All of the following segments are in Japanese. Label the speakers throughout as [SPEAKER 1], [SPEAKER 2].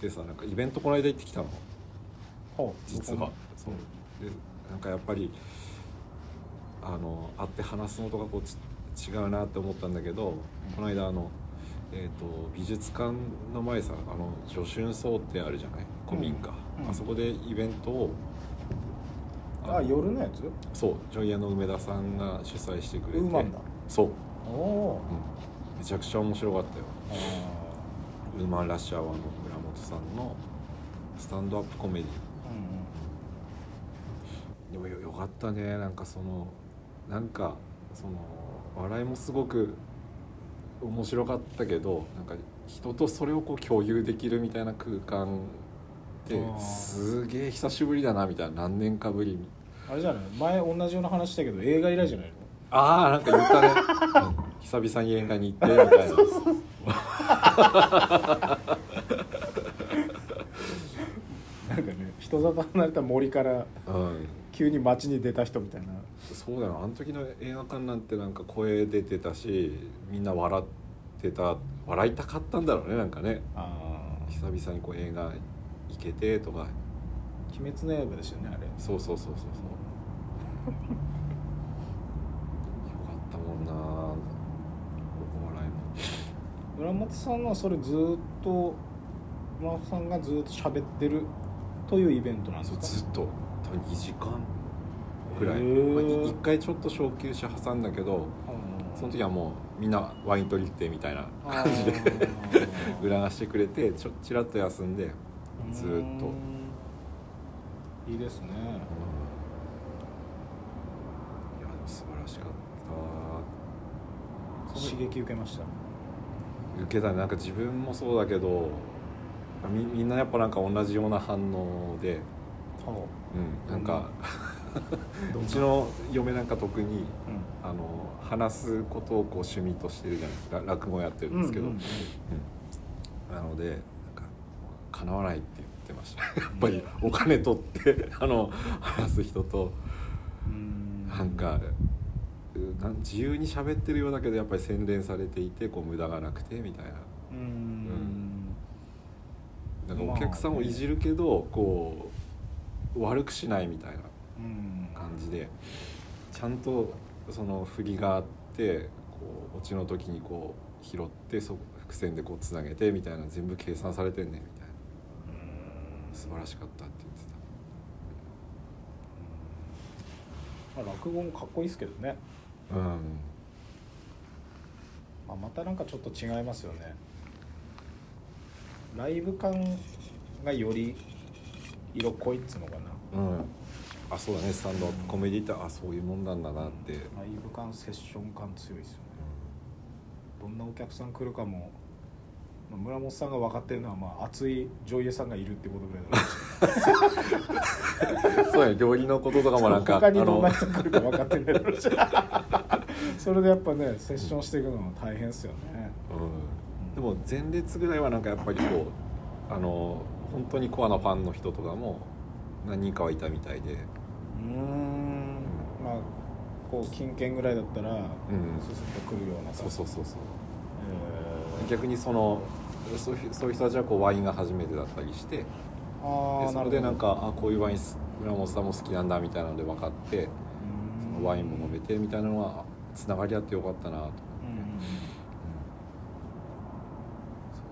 [SPEAKER 1] でさなんかイベントこの間行ってきたの
[SPEAKER 2] ほう
[SPEAKER 1] 実はそうでなんかやっぱりあの会って話すのとかこうち違うなって思ったんだけどこの間あの、えー、と美術館の前さあの助春荘ってあるじゃない古民家、
[SPEAKER 2] うんうん
[SPEAKER 1] あそこでイベントを
[SPEAKER 2] あ夜のやつ
[SPEAKER 1] そうジョイヤーの梅田さんが主催してくれて
[SPEAKER 2] ウーマンだ
[SPEAKER 1] そう、うん
[SPEAKER 2] おお
[SPEAKER 1] めちゃくちゃ面白かったよ
[SPEAKER 2] ーあ
[SPEAKER 1] ウーマンラッシュアワーの村本さんのスタンドアップコメディ
[SPEAKER 2] ーうん
[SPEAKER 1] でもよよかったねなんかそのなんかその笑いもすごく面白かったけどなんか人とそれをこう共有できるみたいな空間って
[SPEAKER 2] あー
[SPEAKER 1] すげえ久しぶりだなみたいな何年かぶりに
[SPEAKER 2] うんあれじゃない前同じような話したけど映画以来じゃないの
[SPEAKER 1] ああなんか言ったね、うん久々に映画に行ってみ たいな
[SPEAKER 2] なんかね人里離れた森から
[SPEAKER 1] うん
[SPEAKER 2] 急に街に出た人みたいな
[SPEAKER 1] そうだよあの時の映画館なんてなんか声出てたしみんな笑ってた笑いたかったんだろうねなんかね
[SPEAKER 2] あ
[SPEAKER 1] 久々にこう映画行けてとか
[SPEAKER 2] 鬼滅の刃でしたよねあれ
[SPEAKER 1] そうそうそうそうそうよかったもんなお笑いも
[SPEAKER 2] 村本さんはそれずっと村本さんがずっと喋ってるというイベントなんです
[SPEAKER 1] そう
[SPEAKER 2] か
[SPEAKER 1] ずっと多分2時間くらい、
[SPEAKER 2] へー
[SPEAKER 1] まあ、1回ちょっと小休止挟んだけどその時はもうみんなワイン取り行ってみたいな感じで
[SPEAKER 2] で
[SPEAKER 1] 促してくれてちょちらっと休んでずーっと
[SPEAKER 2] いいですね
[SPEAKER 1] いやでも素晴らしかっ
[SPEAKER 2] 刺激受けました
[SPEAKER 1] た受けたねなんか自分もそうだけどみみんなやっぱなんか同じような反応で、
[SPEAKER 2] ほ
[SPEAKER 1] うん、なんか、
[SPEAKER 2] う
[SPEAKER 1] うんちの嫁なんか特に
[SPEAKER 2] う
[SPEAKER 1] あの話すことをこう趣味としてるじゃないですから落語やってるん
[SPEAKER 2] ん
[SPEAKER 1] ですけど、
[SPEAKER 2] うんうん
[SPEAKER 1] うんなのでなんか叶わないって言ってましたやっぱりお金取って あの話す人と
[SPEAKER 2] うん
[SPEAKER 1] なんかうなん自由に喋ってるようだけどやっぱり洗練されていてこう無駄がなくてみたいな
[SPEAKER 2] うん
[SPEAKER 1] なんかお客さんをいじるけど、こう悪くしないみたいな
[SPEAKER 2] うん
[SPEAKER 1] 感じでちゃんとその振りがあってこうオチの時にこう拾ってそ伏線でこうつなげてみたいな全部計算されてんねみたいな
[SPEAKER 2] うん
[SPEAKER 1] 素晴らしかったって言ってた
[SPEAKER 2] まあ落語もかっこいいですけどね、
[SPEAKER 1] うん
[SPEAKER 2] まあ、またなんかちょっと違いますよねライブ感がより色濃いっつうのかな
[SPEAKER 1] うんあそうだねスタンドアップコメディってあそういうもんなんだなって、うん
[SPEAKER 2] ライブ感セッション感強いですよねどんなお客さん来るかも、まあ、村本さんが分かってるのは、まあ、熱い女優さんがいるってことぐらいだろうし
[SPEAKER 1] そうだね料理のこととかも なんか
[SPEAKER 2] 他にどんな人来るか分かってない だろうしそれでやっぱねセッションしていくのは大変ですよね
[SPEAKER 1] うん、でも前列ぐらいはなんかやっぱりこうあの本当にコアなファンの人とかも何人かはいたみたいで、
[SPEAKER 2] うんまあこう金券ぐらいだったら、
[SPEAKER 1] うん
[SPEAKER 2] すすっと来るような
[SPEAKER 1] そうそうそうそう
[SPEAKER 2] えー
[SPEAKER 1] 逆にそのそういうそういう人たちはこうワインが初めてだったりしてで
[SPEAKER 2] ああ
[SPEAKER 1] それでなんかあこういうワインす村本さんも好きなんだみたいなので分かってそのワインも飲めてみたいなのはつながりあってよかったなと、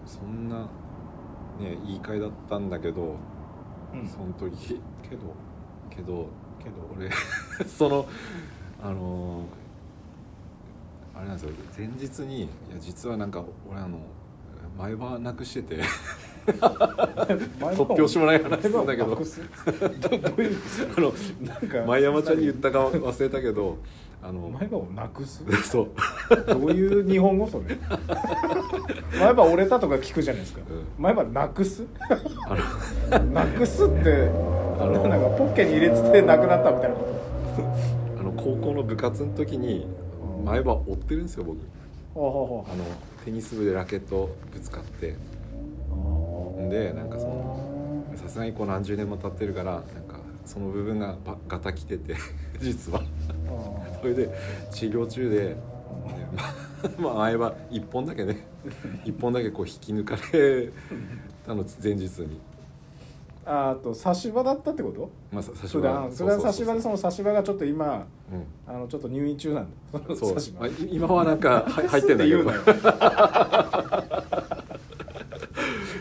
[SPEAKER 1] そそんなねいい会だったんだけど、
[SPEAKER 2] うん、うん、
[SPEAKER 1] その時
[SPEAKER 2] けど
[SPEAKER 1] けど
[SPEAKER 2] けど
[SPEAKER 1] 俺 そのあのーあれなんですよ前日にいや実はなんか俺あの前歯なくしてて突拍子もない話なんだけど
[SPEAKER 2] どどういう
[SPEAKER 1] あの
[SPEAKER 2] なんか
[SPEAKER 1] 前山ちゃんに言ったか忘れたけどあの
[SPEAKER 2] 前歯をなくす
[SPEAKER 1] そう、
[SPEAKER 2] どういう日本語そ れ前歯折れたとか聞くじゃないですか、
[SPEAKER 1] うん
[SPEAKER 2] 前歯なくす
[SPEAKER 1] あの
[SPEAKER 2] なくすって
[SPEAKER 1] あの
[SPEAKER 2] なんかポッケに入れててなくなったみたいなこ
[SPEAKER 1] あの高校の部活の時に前歯折ってるんですよ僕
[SPEAKER 2] とほ
[SPEAKER 1] あのテニス部でラケットぶつかって
[SPEAKER 2] うほうほうん
[SPEAKER 1] でなんかそのさすがにこう何十年も経ってるからなんかその部分がばガタきてて 実は
[SPEAKER 2] あー
[SPEAKER 1] それで治療中で、ねま まあ相葉一本だけ ね一本だけこう引き抜かれたの前日に、
[SPEAKER 2] ああと差し場だったってこと
[SPEAKER 1] まあ、さ差し
[SPEAKER 2] それは
[SPEAKER 1] 場
[SPEAKER 2] それは差し場で
[SPEAKER 1] う
[SPEAKER 2] その差し場がちょっと今
[SPEAKER 1] うん
[SPEAKER 2] あのちょっと入院中なんだその
[SPEAKER 1] そう
[SPEAKER 2] 差し
[SPEAKER 1] まあ
[SPEAKER 2] 場
[SPEAKER 1] い今はなんかは 入ってんだけど
[SPEAKER 2] 言うなよ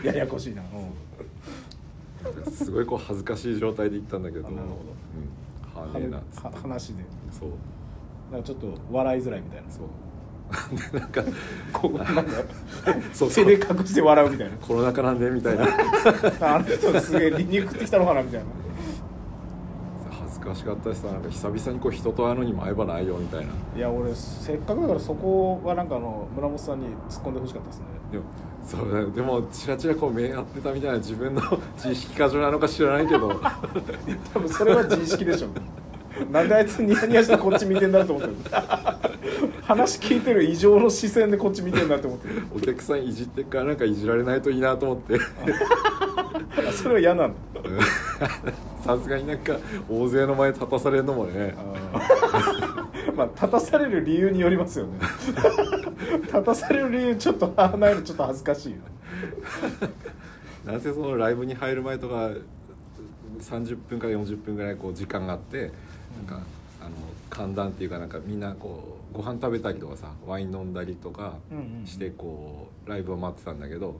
[SPEAKER 2] ややこしいな、う
[SPEAKER 1] すごいこう恥ずかしい状態で行ったんだけど
[SPEAKER 2] あなるほ
[SPEAKER 1] うん、
[SPEAKER 2] ん
[SPEAKER 1] はねえなっつっ
[SPEAKER 2] は
[SPEAKER 1] て
[SPEAKER 2] 話で
[SPEAKER 1] そう
[SPEAKER 2] なんかちょっと笑いづらいみたいな
[SPEAKER 1] そう でなんか
[SPEAKER 2] こうなんか
[SPEAKER 1] そうそ
[SPEAKER 2] 手で
[SPEAKER 1] う
[SPEAKER 2] 隠して笑うみたいな
[SPEAKER 1] コロナ禍なんでみたいな
[SPEAKER 2] あの人すげえニンニク食ってきたのかなみたいな
[SPEAKER 1] 恥ずかしかったしさなんか久々にこう人と会うのにも会えばないよみたいない
[SPEAKER 2] や俺せっかくだからそこはなんかあの村本さんに突っ込んでほしかったですね
[SPEAKER 1] でもそうだでもちらちらこう目合ってたみたいな自分の 自意識過剰なのか知らないけど
[SPEAKER 2] 多分それは自意識でしょなんであいつニヤニヤしてこっち見てんだろうと思ってる話聞いてる異常の視線でこっち見てんだって思ってる
[SPEAKER 1] お客さんいじってっからなんかいじられないといいなと思って
[SPEAKER 2] あそれは嫌なんだ
[SPEAKER 1] さすがになんか大勢の前立たされるのもね
[SPEAKER 2] まあ立たされる理由によりますよね立たされる理由ちょっとああなるちょっと恥ずかしいよ
[SPEAKER 1] なぜそのライブに入る前とか30分から40分ぐらいこう時間があってなんかあの寒暖っていうかなんかみんなこうご飯食べたりとかさワイン飲んだりとか
[SPEAKER 2] うんうんうん
[SPEAKER 1] してこうライブを待ってたんだけど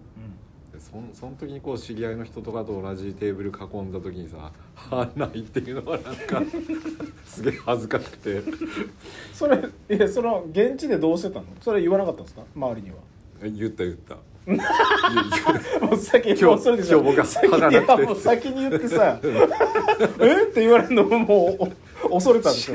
[SPEAKER 2] うん
[SPEAKER 1] でそんその時にこう知り合いの人とかと同じテーブル囲んだ時にさ「はあない」っていうのはなんかすげえ恥ずかしくて
[SPEAKER 2] それいやその現地でどうしてたのそれ言わなかったんですか周りには
[SPEAKER 1] 言った言った。
[SPEAKER 2] もう先
[SPEAKER 1] 今日
[SPEAKER 2] もうそれでしょ
[SPEAKER 1] 今日僕は
[SPEAKER 2] 先に
[SPEAKER 1] 歯がなくて
[SPEAKER 2] いやもう先に言ってさ 「えっ?」て言われるのももうお恐れたんでし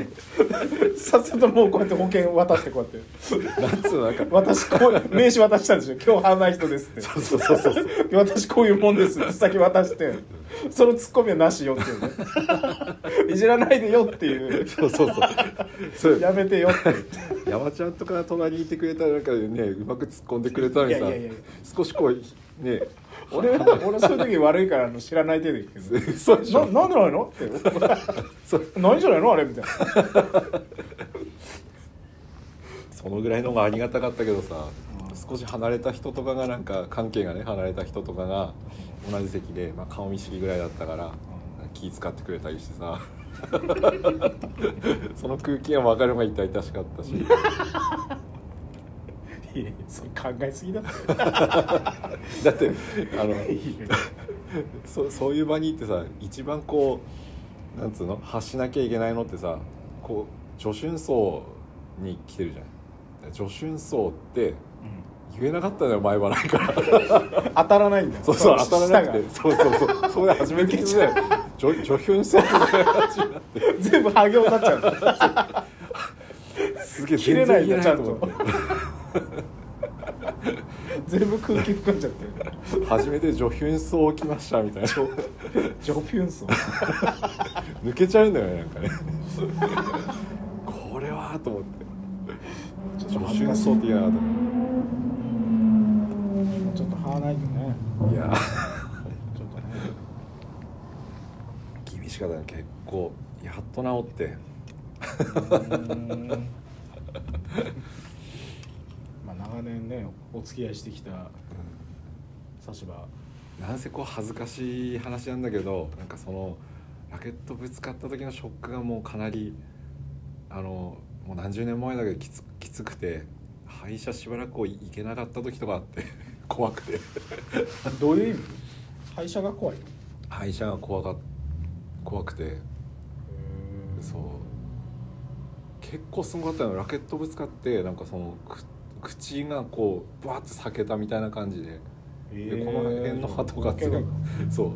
[SPEAKER 2] ょさっさともうこうやって保険渡してこうやって
[SPEAKER 1] なんつうのなんか
[SPEAKER 2] 私こう名刺渡したんでしょ「今日犯ない人です」って
[SPEAKER 1] そうそうそうそう
[SPEAKER 2] 「私こういうもんです」って先渡してそのツッコミはなしよっていうねいじらないでよっていう
[SPEAKER 1] そうそうそうそれ
[SPEAKER 2] やめてよって
[SPEAKER 1] 山ちゃんとか隣にいてくれたらなんかねうまく突っ込んでくれたのにさ
[SPEAKER 2] いやいやいやいや
[SPEAKER 1] 少しこうね
[SPEAKER 2] 俺は俺そういう時悪いからあの知らない程度行くけど
[SPEAKER 1] 嘘でしょ
[SPEAKER 2] ななんでないの?」って
[SPEAKER 1] そ
[SPEAKER 2] 「ないんじゃないのあれ」みたいな。
[SPEAKER 1] そのぐらいの方がありがたかったけどさ
[SPEAKER 2] うん
[SPEAKER 1] 少し離れた人とかがなんか関係がね離れた人とかが同じ席で、まあ、顔見知りぐらいだったから気使ってくれたりしてさ その空気が分かるのが痛々しかったし
[SPEAKER 2] いやいやそれ考えすぎだって
[SPEAKER 1] だってあの
[SPEAKER 2] いやいや
[SPEAKER 1] そそういう場に行ってさ一番こうなんつうの発しなきゃいけないのってさこう助春層に来てるじゃん助春層って言えなかったのよ前はなんか
[SPEAKER 2] 当たらないんだよ
[SPEAKER 1] そうそう
[SPEAKER 2] の
[SPEAKER 1] 当たらなくて
[SPEAKER 2] 舌
[SPEAKER 1] そうそうそうそれで初 めて聞いたよ助助春層みたいな感じになって
[SPEAKER 2] が全部ハゲを立っちゃう
[SPEAKER 1] すげえ
[SPEAKER 2] 切れ
[SPEAKER 1] 全
[SPEAKER 2] ない
[SPEAKER 1] 然
[SPEAKER 2] ん
[SPEAKER 1] 言えない
[SPEAKER 2] だちゃん
[SPEAKER 1] と思
[SPEAKER 2] と
[SPEAKER 1] って
[SPEAKER 2] 全部空気含んじゃってる
[SPEAKER 1] 初めて助春層来ましたみたいな
[SPEAKER 2] ジョピュンソン
[SPEAKER 1] 抜けちゃうんだよねなんかねこれはと思って助春層って言えなかった
[SPEAKER 2] ちょっと歯ないとね
[SPEAKER 1] いや
[SPEAKER 2] ちょっとね
[SPEAKER 1] 厳しかったね結構やっと治って
[SPEAKER 2] まあ長年ねお付き合いしてきた差し歯
[SPEAKER 1] なんせこう恥ずかしい話なんだけどなんかそのラケットぶつかった時のショックがもうかなりあのもう何十年前だけどきつきつくて歯医者しばらくこう行けなかった時とかあって 怖くて
[SPEAKER 2] どういう意味歯医者が怖い
[SPEAKER 1] 歯医者が怖がっ怖くてそう結構すごかったのラケットぶつかってなんかそのく口がこうバーッて裂けたみたいな感じで。でこの辺の歯とかすごいそう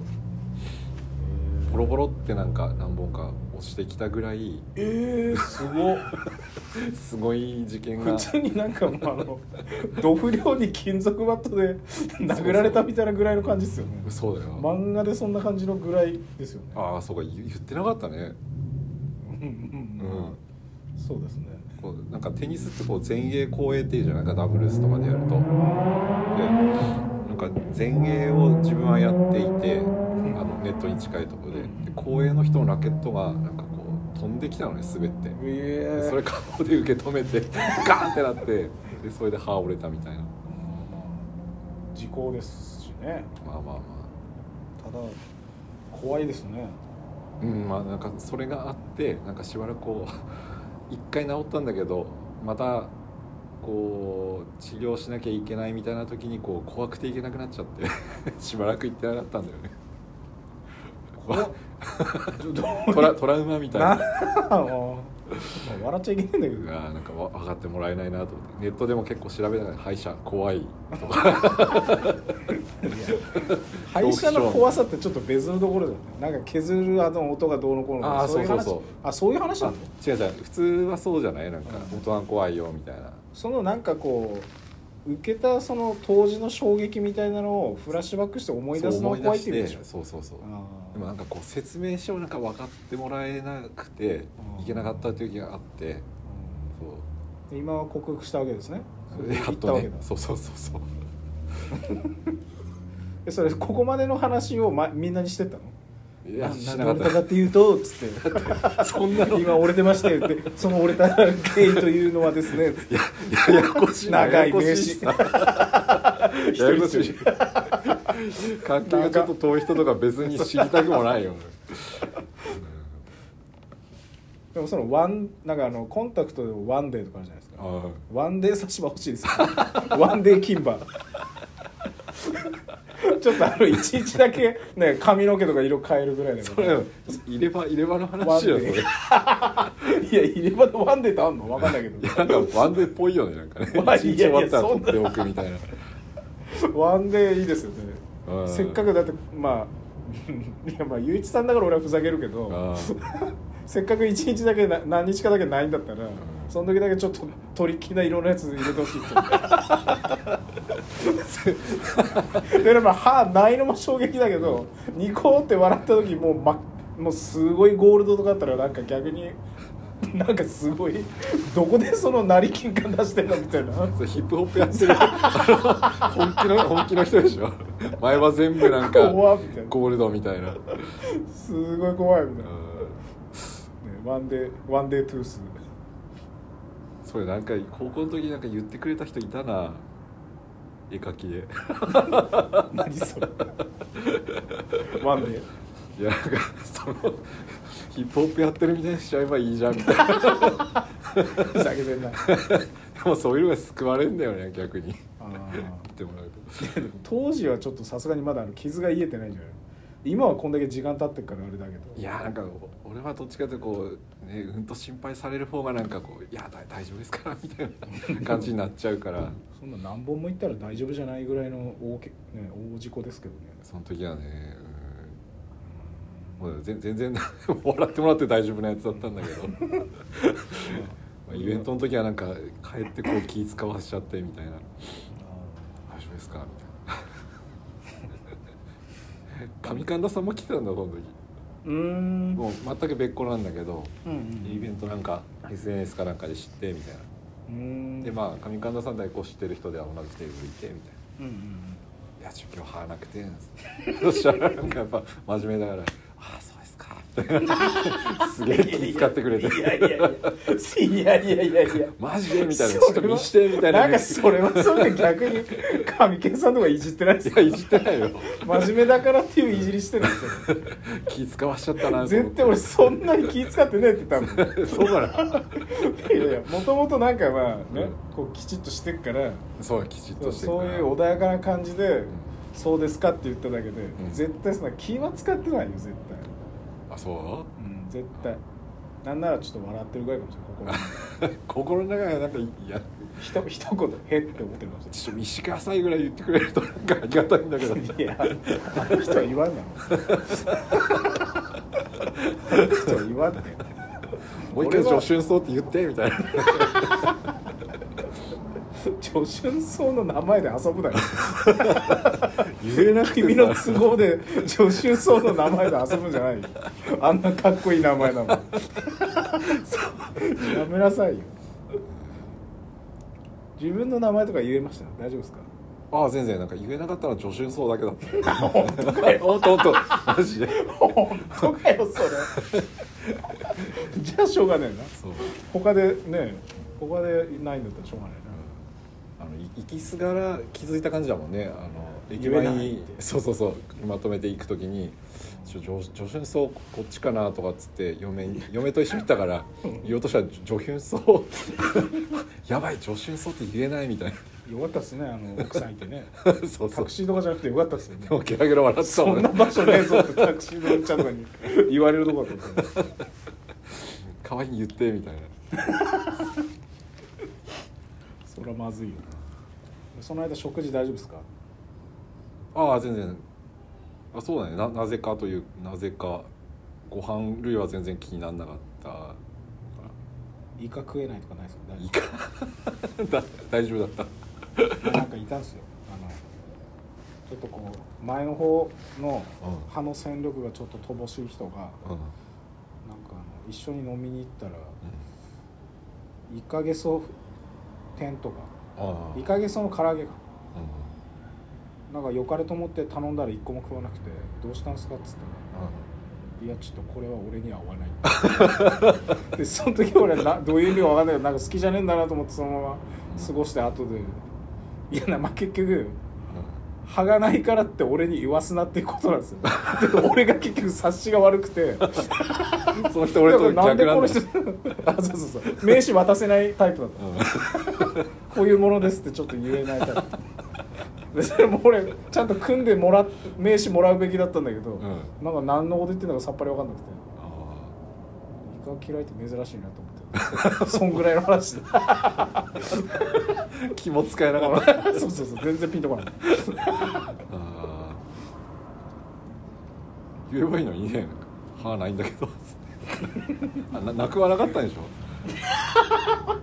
[SPEAKER 1] ボロボロってなんか何本か落ちてきたぐらい
[SPEAKER 2] えー、すごっ
[SPEAKER 1] すごい事件
[SPEAKER 2] 普
[SPEAKER 1] が
[SPEAKER 2] 通になんかもうあの ド不良に金属バットで殴られたみたいなぐらいの感じですよね
[SPEAKER 1] そうだよ、
[SPEAKER 2] 漫画でそんな感じのぐらいですよね
[SPEAKER 1] ああそうか言言ってなかったね
[SPEAKER 2] うん
[SPEAKER 1] う
[SPEAKER 2] うん
[SPEAKER 1] ん、
[SPEAKER 2] そうですね
[SPEAKER 1] こうなんかテニスってこう前衛後衛っていうじゃんなんかダブルスとかでやるとでなんか前衛を自分はやっていてあのネットに近いところでで後衛の人のラケットがなんかこう飛んできたのね滑って
[SPEAKER 2] え
[SPEAKER 1] で
[SPEAKER 2] え
[SPEAKER 1] それ顔で受け止めてガーンってなってでそれで歯折れたみたいな
[SPEAKER 2] 時効ですしね
[SPEAKER 1] まあまあま
[SPEAKER 2] ただ怖いですね
[SPEAKER 1] あうんまあなんかそれがあってなんかしばらくこう一回治ったんだけどまたこう治療しなきゃいけないみたいな時にこう怖くていけなくなっちゃって しばらく行ってなかったんだよね
[SPEAKER 2] 怖っちょっと
[SPEAKER 1] トラトラウマみたい
[SPEAKER 2] な
[SPEAKER 1] な
[SPEAKER 2] あもう笑っちゃいけないんだけど
[SPEAKER 1] がなんかわ分かってもらえないなと思ってネットでも結構調べたから歯医者怖いとか
[SPEAKER 2] 歯医者の怖さってちょっと別のところだよねなんか削るあの音がどうのこうのとか
[SPEAKER 1] あー
[SPEAKER 2] いう話
[SPEAKER 1] そうそう
[SPEAKER 2] あそういう話な
[SPEAKER 1] あ
[SPEAKER 2] んだ
[SPEAKER 1] 違う違う普通はそうじゃないなんか
[SPEAKER 2] う
[SPEAKER 1] 大人怖いよみたいな
[SPEAKER 2] そのなんかこう受けたその当時の衝撃みたいなのをフラッシュバックして思い出すのが怖いって
[SPEAKER 1] そう
[SPEAKER 2] い
[SPEAKER 1] 思い出
[SPEAKER 2] うんでし
[SPEAKER 1] し
[SPEAKER 2] ょ
[SPEAKER 1] てそうそうそう
[SPEAKER 2] あー
[SPEAKER 1] でもなんかこう説明書をなんか分かってもらえなくて
[SPEAKER 2] うん
[SPEAKER 1] いけなかった時があってそう
[SPEAKER 2] うん今は克服したわけですね
[SPEAKER 1] それでや
[SPEAKER 2] 行
[SPEAKER 1] っ
[SPEAKER 2] った
[SPEAKER 1] と
[SPEAKER 2] わけ
[SPEAKER 1] ね
[SPEAKER 2] だ
[SPEAKER 1] そうそうそうそう
[SPEAKER 2] えそれここまでの話を、ま、みんなにしてったの
[SPEAKER 1] いや
[SPEAKER 2] な
[SPEAKER 1] しなか
[SPEAKER 2] なん
[SPEAKER 1] っ
[SPEAKER 2] で
[SPEAKER 1] た
[SPEAKER 2] 折れたかっていうとつ って
[SPEAKER 1] そんなのい
[SPEAKER 2] 今折れてましたよってその折れた経緯というのはですね
[SPEAKER 1] や ややこしいな
[SPEAKER 2] 長
[SPEAKER 1] や
[SPEAKER 2] い
[SPEAKER 1] やこし
[SPEAKER 2] 名
[SPEAKER 1] い
[SPEAKER 2] 詞
[SPEAKER 1] ややこしい関係がちょっと遠い人とか別に知りたくもないよ
[SPEAKER 2] でもそのワンなんかあのコンタクトでもワンデーとかあるじゃないですか
[SPEAKER 1] あ
[SPEAKER 2] ワンデー差し歯欲しいですよワンデー金歯ちょっとあのいちいちだけね髪の毛とか色変えるぐらいで
[SPEAKER 1] それ入れ歯入れ歯の話よそれい
[SPEAKER 2] いや入れ歯のワンデーってあんのわかんないけど
[SPEAKER 1] やなんかワンデーっぽいよねなんかね
[SPEAKER 2] まあ
[SPEAKER 1] 一日
[SPEAKER 2] い
[SPEAKER 1] 終
[SPEAKER 2] やいや
[SPEAKER 1] わったら取っておくみたいな
[SPEAKER 2] ワンデーいいですよ
[SPEAKER 1] う
[SPEAKER 2] ね
[SPEAKER 1] ん
[SPEAKER 2] せっかくだってまあ いやまあ雄一さんだから俺はふざけるけど
[SPEAKER 1] あ
[SPEAKER 2] せっかく一日だけな何日かだけないんだったら、その時だけちょっとトリッキーな色のやつ入れてほしいって いうでも歯ないのも衝撃だけどニコって笑った時もう,、ま、もうすごいゴールドとかあったらなんか逆になんかすごいどこでその成金感出してんのみたいな
[SPEAKER 1] ーそれヒップホップやってるあの本気の本気の人でしょ前は全部なんか
[SPEAKER 2] 怖っみたいな
[SPEAKER 1] ゴールドみたいな
[SPEAKER 2] すごい怖いみたいな、ね、
[SPEAKER 1] うん
[SPEAKER 2] ワンデーワンデートゥース
[SPEAKER 1] それなんか高校の時なんか言ってくれた人いたな絵描きで
[SPEAKER 2] 何それワンデー
[SPEAKER 1] いやなんかそのヒップホップやってるみたいにしちゃえばいいじゃんみたいな
[SPEAKER 2] ふざけてんな
[SPEAKER 1] でもそういうのが救われんだよね逆に言
[SPEAKER 2] あー
[SPEAKER 1] ってもらうと
[SPEAKER 2] 当時はちょっとさすがにまだあの傷が癒えてないじゃない今はこんだけ時間経ってっからあれだけど
[SPEAKER 1] いやーなんか俺はどっちかというとこう、ね、うんと心配される方がなんかこう「いや大大丈夫ですから」みたいな感じになっちゃうから
[SPEAKER 2] そんな何本もいったら大丈夫じゃないぐらいの大け、ね、大事故ですけどね
[SPEAKER 1] その時はねうんもう全全然 笑ってもらって大丈夫なやつだったんだけどまあイベントの時はなんか帰ってこう気使わしちゃってみたいな「大丈夫ですか?」みたいな上神田さんも来てたんだその時
[SPEAKER 2] うーん
[SPEAKER 1] もう全く別個なんだけど
[SPEAKER 2] うん
[SPEAKER 1] イベントなんか SNS かなんかで知ってみたいな
[SPEAKER 2] うんうん
[SPEAKER 1] でまあ上神田さん大こう知ってる人では同じテーブルいてみたい
[SPEAKER 2] うんうん
[SPEAKER 1] な「いやちょ今日はなくて」そしたらなんかやっぱ真面目だから「ああそうですか」みたいな すげえ気遣ってくれて
[SPEAKER 2] いやいやいやいやいやいやいや
[SPEAKER 1] 「マジで?」みたいな「ちょ
[SPEAKER 2] そ
[SPEAKER 1] っと
[SPEAKER 2] れは
[SPEAKER 1] 見して」みたいな
[SPEAKER 2] なんかそれはそれで逆に神健さんとかいじってないです
[SPEAKER 1] いやいじってないよ
[SPEAKER 2] 真面目だからっていういじりしてるんですよ
[SPEAKER 1] 気遣わしちゃったなと思っ
[SPEAKER 2] 絶
[SPEAKER 1] て
[SPEAKER 2] 対俺そんなに気使ってねえって 多分
[SPEAKER 1] そうかない
[SPEAKER 2] やいやもともとなんかまあね、
[SPEAKER 1] うん
[SPEAKER 2] こうきちっとしてっから
[SPEAKER 1] そうきちっ
[SPEAKER 2] そ
[SPEAKER 1] と
[SPEAKER 2] う
[SPEAKER 1] して
[SPEAKER 2] そういう穏
[SPEAKER 1] 題
[SPEAKER 2] やかな感じで、
[SPEAKER 1] ん
[SPEAKER 2] そうですかって言っただけで、
[SPEAKER 1] ん
[SPEAKER 2] 絶対そんな気は使ってないよ絶対、
[SPEAKER 1] あそ
[SPEAKER 2] うん、絶対なんならちょっと笑ってるぐらいかもしれない
[SPEAKER 1] 心の中でなんかいや
[SPEAKER 2] いひと 言「へ」って思ってるかもし
[SPEAKER 1] ちょっと見してくださいぐらい言ってくれるとなんかありがたいんだけど
[SPEAKER 2] れ ないいやあの人は言 わんだろあの人は言わんね
[SPEAKER 1] もう一回助手そうって言ってみたいな
[SPEAKER 2] 助手層の名前で遊ぶなよ
[SPEAKER 1] 言えなくて
[SPEAKER 2] 君の
[SPEAKER 1] さ
[SPEAKER 2] 都合で助手層の名前で遊ぶんじゃないよあんなかっこいい名前なのやめなさいよ自分の名前とか言えました大丈夫ですか
[SPEAKER 1] ああ全然なんか言えなかったのは助手そうだけだ った 本当かよ本当本当マジで
[SPEAKER 2] 本当かよそれじゃあしょうがねえな
[SPEAKER 1] そう
[SPEAKER 2] 他でね他でないんだったらしょうがない
[SPEAKER 1] あのい行きすがら気づいた感じだもんねあの駅
[SPEAKER 2] 言え
[SPEAKER 1] 前
[SPEAKER 2] ない
[SPEAKER 1] にそうそうそうまとめて行く時に「ちょ助助手層こっちかな」とかっつって嫁に嫁と一緒に行ったから言おうとしたら「助手層 やばい助手層って言えない」み たい
[SPEAKER 2] なよかったっすねあの奥さんいてね
[SPEAKER 1] なそうそ
[SPEAKER 2] タ
[SPEAKER 1] う
[SPEAKER 2] クシーとかじゃなくてよかったっすよね
[SPEAKER 1] でもゲラゲラ笑ってたもん
[SPEAKER 2] そんな
[SPEAKER 1] ね
[SPEAKER 2] 場所ねえぞってタクシーのおっちゃんとかに言われるとこだと思う
[SPEAKER 1] 可愛い言ってみたいな
[SPEAKER 2] それはまずいよその間食事大丈夫ですか
[SPEAKER 1] ああ全然あそうだねななぜかというなぜかご飯類は全然気にならなかった
[SPEAKER 2] イカ食えないとかないですか大
[SPEAKER 1] いい
[SPEAKER 2] 丈
[SPEAKER 1] か だ大丈夫だった
[SPEAKER 2] 夫なんかいたんですよあのちょっとこう前の方の
[SPEAKER 1] うん
[SPEAKER 2] 歯の戦力がちょっと乏しい人が
[SPEAKER 1] うん、うん
[SPEAKER 2] なんかあの一緒に飲みに行ったらイカゲソ天とか
[SPEAKER 1] ああ
[SPEAKER 2] イカゲソの唐揚げか
[SPEAKER 1] うん
[SPEAKER 2] なんか良かれと思って頼んだら一個も食わなくてどうしたんすかっつってねいやちょっとこれは俺には合わない でその時俺はなどういう意味か分かんないけどなんか好きじゃねえんだなと思ってそのまま過ごして後でいやなまあ結局歯がないからって俺に言わすなっていうことなんですよで俺が結局察しが悪くて
[SPEAKER 1] うんその人俺と
[SPEAKER 2] だからな
[SPEAKER 1] 逆
[SPEAKER 2] んで
[SPEAKER 1] なん
[SPEAKER 2] こ
[SPEAKER 1] だ
[SPEAKER 2] の人 あそうそうそう名刺渡せないタイプだった
[SPEAKER 1] うん
[SPEAKER 2] こういうものですってちょっと言えないタイプでそれも俺ちゃんと組んでもらっ名刺もらうべきだったんだけど、
[SPEAKER 1] うん
[SPEAKER 2] なんか何のこと言ってんのかさっぱり分かんなくて
[SPEAKER 1] あ
[SPEAKER 2] イカ嫌いって珍しいなと思って そんぐらいの話だ
[SPEAKER 1] あ気も使えなかったあ
[SPEAKER 2] そうそうそう全然ピンとこない
[SPEAKER 1] あ言えばいいのにね歯ないんだけどあな泣くはなかったんでしょ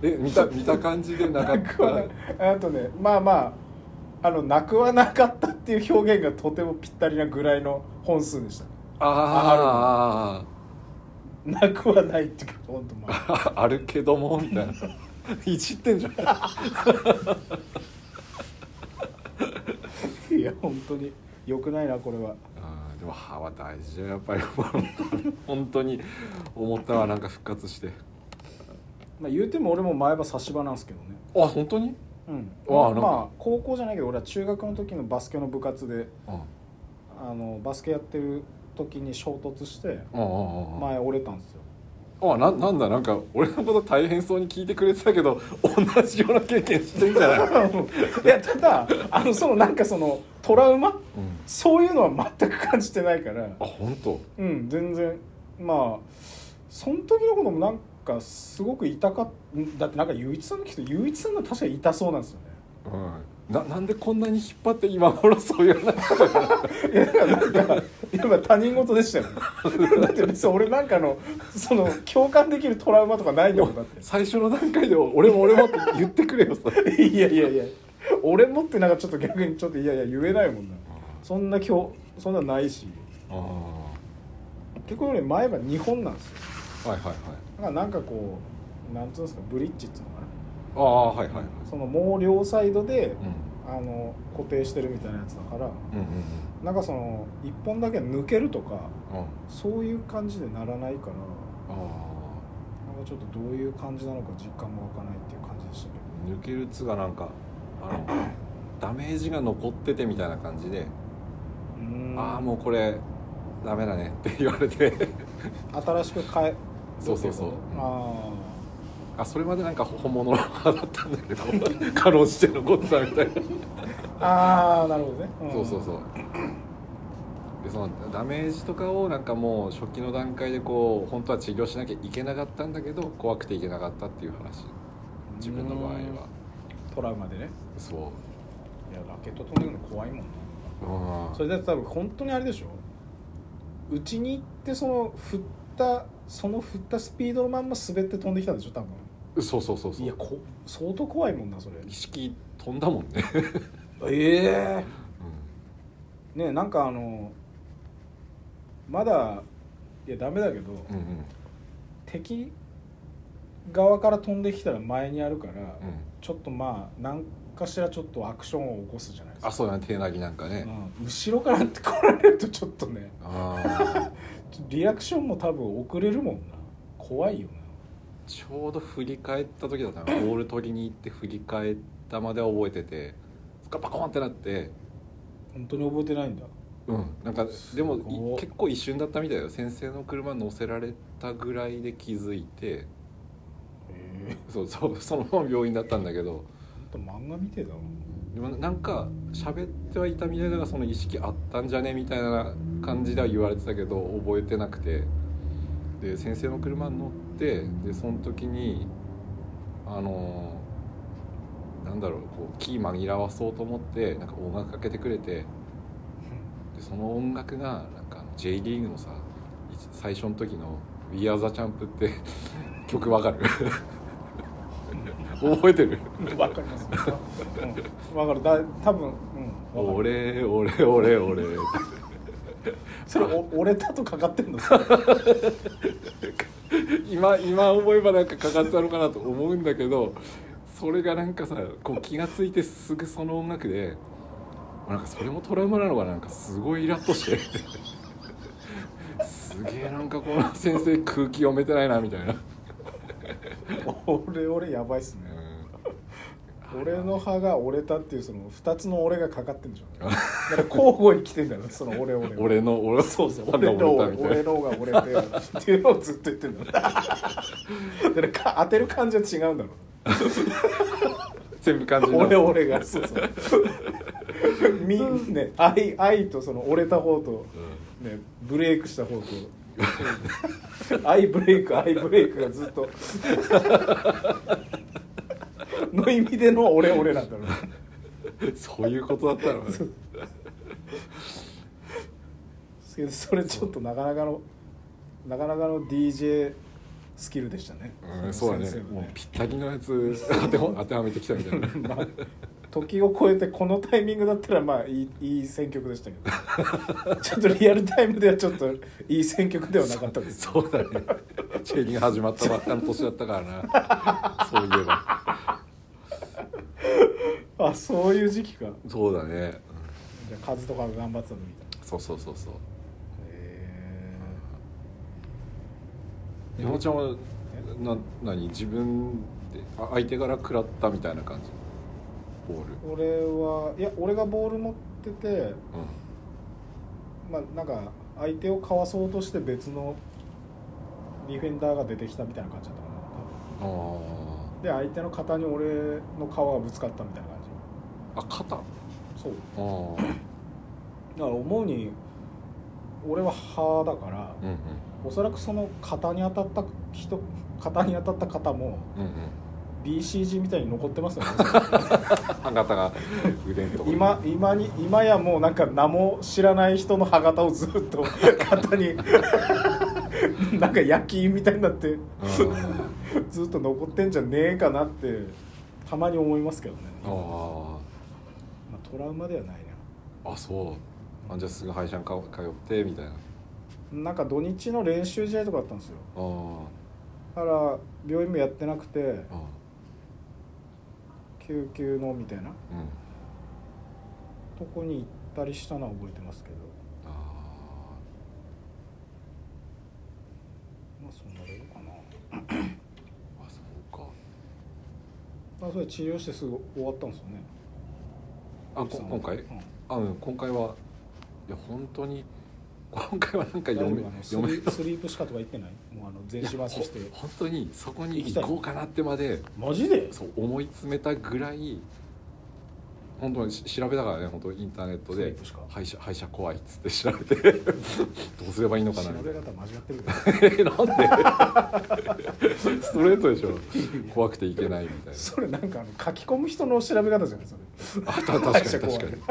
[SPEAKER 1] え見た見た感じでなかっ
[SPEAKER 2] 泣く
[SPEAKER 1] た
[SPEAKER 2] はなあとねまあまああの泣くはなかったっていう表現がとてもぴったりなぐらいの本数でした
[SPEAKER 1] あ
[SPEAKER 2] 泣くはないっていうか本当まあ
[SPEAKER 1] ああるけどもみたいないじってんじゃん
[SPEAKER 2] いや本当に良くないなこれは
[SPEAKER 1] あーでも歯は大事だよやっぱり 本当に思ったわなんか復活して
[SPEAKER 2] まあ言うても俺も前歯差し歯なんですけどね
[SPEAKER 1] あ本当に
[SPEAKER 2] うん
[SPEAKER 1] わあなんか
[SPEAKER 2] まあ高校じゃないけど俺は中学の時のバスケの部活で
[SPEAKER 1] うんうん
[SPEAKER 2] あのバスケやってる時に衝突して
[SPEAKER 1] うんうんうん
[SPEAKER 2] 前折れたんですよ
[SPEAKER 1] あななんだなんか俺のこと大変そうに聞いてくれてたけど同じような経験してんじゃない、うん、
[SPEAKER 2] いやただあのそのなんかそのトラウマそういうのは全く感じてないから
[SPEAKER 1] あ本当
[SPEAKER 2] うん全然まあその時のこともなんかすごく痛かっただってなんか雄一さんの人雄一さんが確かに痛そうなんですよね
[SPEAKER 1] うんななんでこんなに引っ張って今頃そういう話してる
[SPEAKER 2] いやだからなんか今他人事でしたよね だって別に俺なんかのその共感できるトラウマとかないんだもんだって
[SPEAKER 1] 最初の段階で俺も俺もって言ってくれよそれ
[SPEAKER 2] いやいやいや俺もってなんかちょっと逆にちょっといやいや言えないもんなそんな今日そんなないし
[SPEAKER 1] ああ
[SPEAKER 2] 結構俺前歯2本なんですよ
[SPEAKER 1] はいはいはい
[SPEAKER 2] だからなんかこうなんつうんですかブリッジっつうのか
[SPEAKER 1] ああはいはいはい
[SPEAKER 2] なそのもう両サイドで、
[SPEAKER 1] う
[SPEAKER 2] あの固定してるみたいなやつだから
[SPEAKER 1] んうんうん
[SPEAKER 2] なんかその1本だけ抜けるとか
[SPEAKER 1] うんうん
[SPEAKER 2] そういう感じでならないから
[SPEAKER 1] ああ
[SPEAKER 2] なんかちょっとどういう感じなのか実感も湧かないっていう感じでしたけど
[SPEAKER 1] 抜けるつがなんかあのダメージが残っててみたいな感じで、
[SPEAKER 2] うーん
[SPEAKER 1] ああもうこれダメだねって言われて
[SPEAKER 2] 新しく変え
[SPEAKER 1] そうそうそう
[SPEAKER 2] どいことあ
[SPEAKER 1] あそれまでなんか本物の歯だったんだけど かろうじて残ってたみたいな、
[SPEAKER 2] ーあーなるほどね、ん
[SPEAKER 1] そうそうそうでそのダメージとかをなんかもう初期の段階でこう本当は治療しなきゃいけなかったんだけど怖くていけなかったっていう話自分の場合
[SPEAKER 2] うーん
[SPEAKER 1] は
[SPEAKER 2] トラウマでね
[SPEAKER 1] そ
[SPEAKER 2] いやラケット飛んでるの怖いもんな
[SPEAKER 1] ううん
[SPEAKER 2] それだって多分本当にあれでしょうちに行ってその振ったその振ったスピードのまんま滑って飛んできたんでしょ多分
[SPEAKER 1] そうそうそうそう
[SPEAKER 2] いやこ相当怖いもんなそれ
[SPEAKER 1] 意識飛んだもんね、
[SPEAKER 2] ええねえなんかあのまだいやダメだけ
[SPEAKER 1] うん、う
[SPEAKER 2] ど、
[SPEAKER 1] んうん
[SPEAKER 2] 敵側から飛んできたら前にあるから、
[SPEAKER 1] うん
[SPEAKER 2] ちょっとまあ何かしらちょっとアクションを起こすじゃないですか
[SPEAKER 1] あそうだね手なぎなんかね、
[SPEAKER 2] うん後ろからって来られるとちょっとね
[SPEAKER 1] ああ
[SPEAKER 2] リアクションも多分遅れるもんな怖いよね
[SPEAKER 1] ちょうど振り返った時だったなボール取りに行って振り返ったまでは覚えててそっからパコーンってなって
[SPEAKER 2] 本当に覚えてないんだ
[SPEAKER 1] うんなんかでも
[SPEAKER 2] すごい
[SPEAKER 1] い結構一瞬だったみたいだよ先生の車乗せられたぐらいで気づいて
[SPEAKER 2] え
[SPEAKER 1] そうそうそのまま病院だったんだけど
[SPEAKER 2] え漫画見てたもん
[SPEAKER 1] でもなんか喋ってはいたみたいだがその意識あったんじゃねみたいな感じでは言われてたけど覚えてなくてで先生の車に乗ってでその時にあのなんだろうこうキー紛らわそうと思ってなんか音楽かけてくれてでその音楽がなんかあの J リーグのさいち最初の時の「We Are the Champ」って 曲わかる 覚えてる
[SPEAKER 2] わかりますうんわかるだ多分うんわかる
[SPEAKER 1] 俺俺俺俺
[SPEAKER 2] それ お俺だとかかってんのそれ
[SPEAKER 1] 今今思えばなんかかかってたのかなと思うんだけどそれがなんかさこう気が付いてすぐその音楽でなんかそれもトラウマなのがなんかすごいイラッとしてすげえなんかこの先生空気読めてないなみたいな、
[SPEAKER 2] 俺俺やばいっすね俺の歯が折れたっていうその2つの俺がかかってんでしょだから交互に来てんだよねその俺俺 俺
[SPEAKER 1] 俺の俺
[SPEAKER 2] そうそう
[SPEAKER 1] 俺
[SPEAKER 2] 俺の
[SPEAKER 1] の
[SPEAKER 2] 俺俺のが折れてっていうのをずっと言ってん だよだからか当てる感じは違うんだろ
[SPEAKER 1] 全部感じ
[SPEAKER 2] う俺俺がそうそう みんね愛愛とその折れた方とねブレイクした方と 愛ブレイク愛ブレイクがずっと の意味での俺俺なんだろうね
[SPEAKER 1] うん そういうことだったのね
[SPEAKER 2] けどそれちょっとなかなかのなかなかの DJ スキルでしたね、
[SPEAKER 1] うんそうだね
[SPEAKER 2] 先生の
[SPEAKER 1] もうぴったりのやつ当てほ当てはめてきたみたいな
[SPEAKER 2] まあ時を超えてこのタイミングだったらまあいいいい選曲でしたけどちょっとリアルタイムではちょっといい選曲ではなかっ たです
[SPEAKER 1] そうだねチェリーが始まったばっかの年だったからなそういえば
[SPEAKER 2] あそういう時期か
[SPEAKER 1] そうだね、
[SPEAKER 2] じゃあ数とかが頑張ってたのみたいな
[SPEAKER 1] うん、そうそうそうそう
[SPEAKER 2] へ
[SPEAKER 1] 山本ちゃんはな何自分であ相手から食らったみたいな感じボール
[SPEAKER 2] え俺はいや俺がボール持ってて
[SPEAKER 1] う
[SPEAKER 2] まあなんか相手をかわそうとして別のディフェンダーが出てきたみたいな感じだったかな多分
[SPEAKER 1] んあ
[SPEAKER 2] で相手の肩に俺の顔がぶつかったみたいな感
[SPEAKER 1] ああ肩あ
[SPEAKER 2] じそう
[SPEAKER 1] あうん
[SPEAKER 2] だから思うに俺は歯だから
[SPEAKER 1] うん
[SPEAKER 2] おそらくその肩に当たった人肩に当たった方も
[SPEAKER 1] うんうん
[SPEAKER 2] BCG みたいに残ってますよね
[SPEAKER 1] 歯型が腕のところに
[SPEAKER 2] 今今に今やもうなんか名も知らない人の歯型をずっ と肩に なんか焼き印みたいになって
[SPEAKER 1] うんあ
[SPEAKER 2] ずっと残ってんじゃねえかなってたまに思いますけどね、
[SPEAKER 1] あ
[SPEAKER 2] まあ、トラウマではないな
[SPEAKER 1] あそうあじゃあすぐ歯医者にか通ってみたいなあ
[SPEAKER 2] なんか土日の練習試合とかあったんですよ
[SPEAKER 1] あ
[SPEAKER 2] だから病院もやってなくて
[SPEAKER 1] ああ
[SPEAKER 2] 救急のみたいな
[SPEAKER 1] うん
[SPEAKER 2] とこに行ったりしたのは覚えてますけど
[SPEAKER 1] ああ
[SPEAKER 2] まあそんなレベルかな
[SPEAKER 1] あそうか
[SPEAKER 2] まあそれ治療してすぐ終わったんですよね
[SPEAKER 1] あこ今回
[SPEAKER 2] うん
[SPEAKER 1] あうん今回はいや本当に今回はなんか
[SPEAKER 2] 大丈
[SPEAKER 1] 読め
[SPEAKER 2] 夫あのスリ
[SPEAKER 1] 読め
[SPEAKER 2] スリープしかとか言ってないもうあの全身麻酔して
[SPEAKER 1] いやほ本当にそこに行こうかなってまで
[SPEAKER 2] マジで
[SPEAKER 1] そう思い詰めたぐらい本当にし調べたからね本当インターネット
[SPEAKER 2] スリ
[SPEAKER 1] で
[SPEAKER 2] ープしか
[SPEAKER 1] 歯医者歯医者怖いっつって調べ てどうすればいいのかな
[SPEAKER 2] 調
[SPEAKER 1] みた
[SPEAKER 2] べ
[SPEAKER 1] い な
[SPEAKER 2] 方間違ってるから
[SPEAKER 1] えなんでストレートでしょ怖くていけないみたいな
[SPEAKER 2] それなんかあの書き込む人の調べ方じゃないそれ
[SPEAKER 1] あた確かに確かに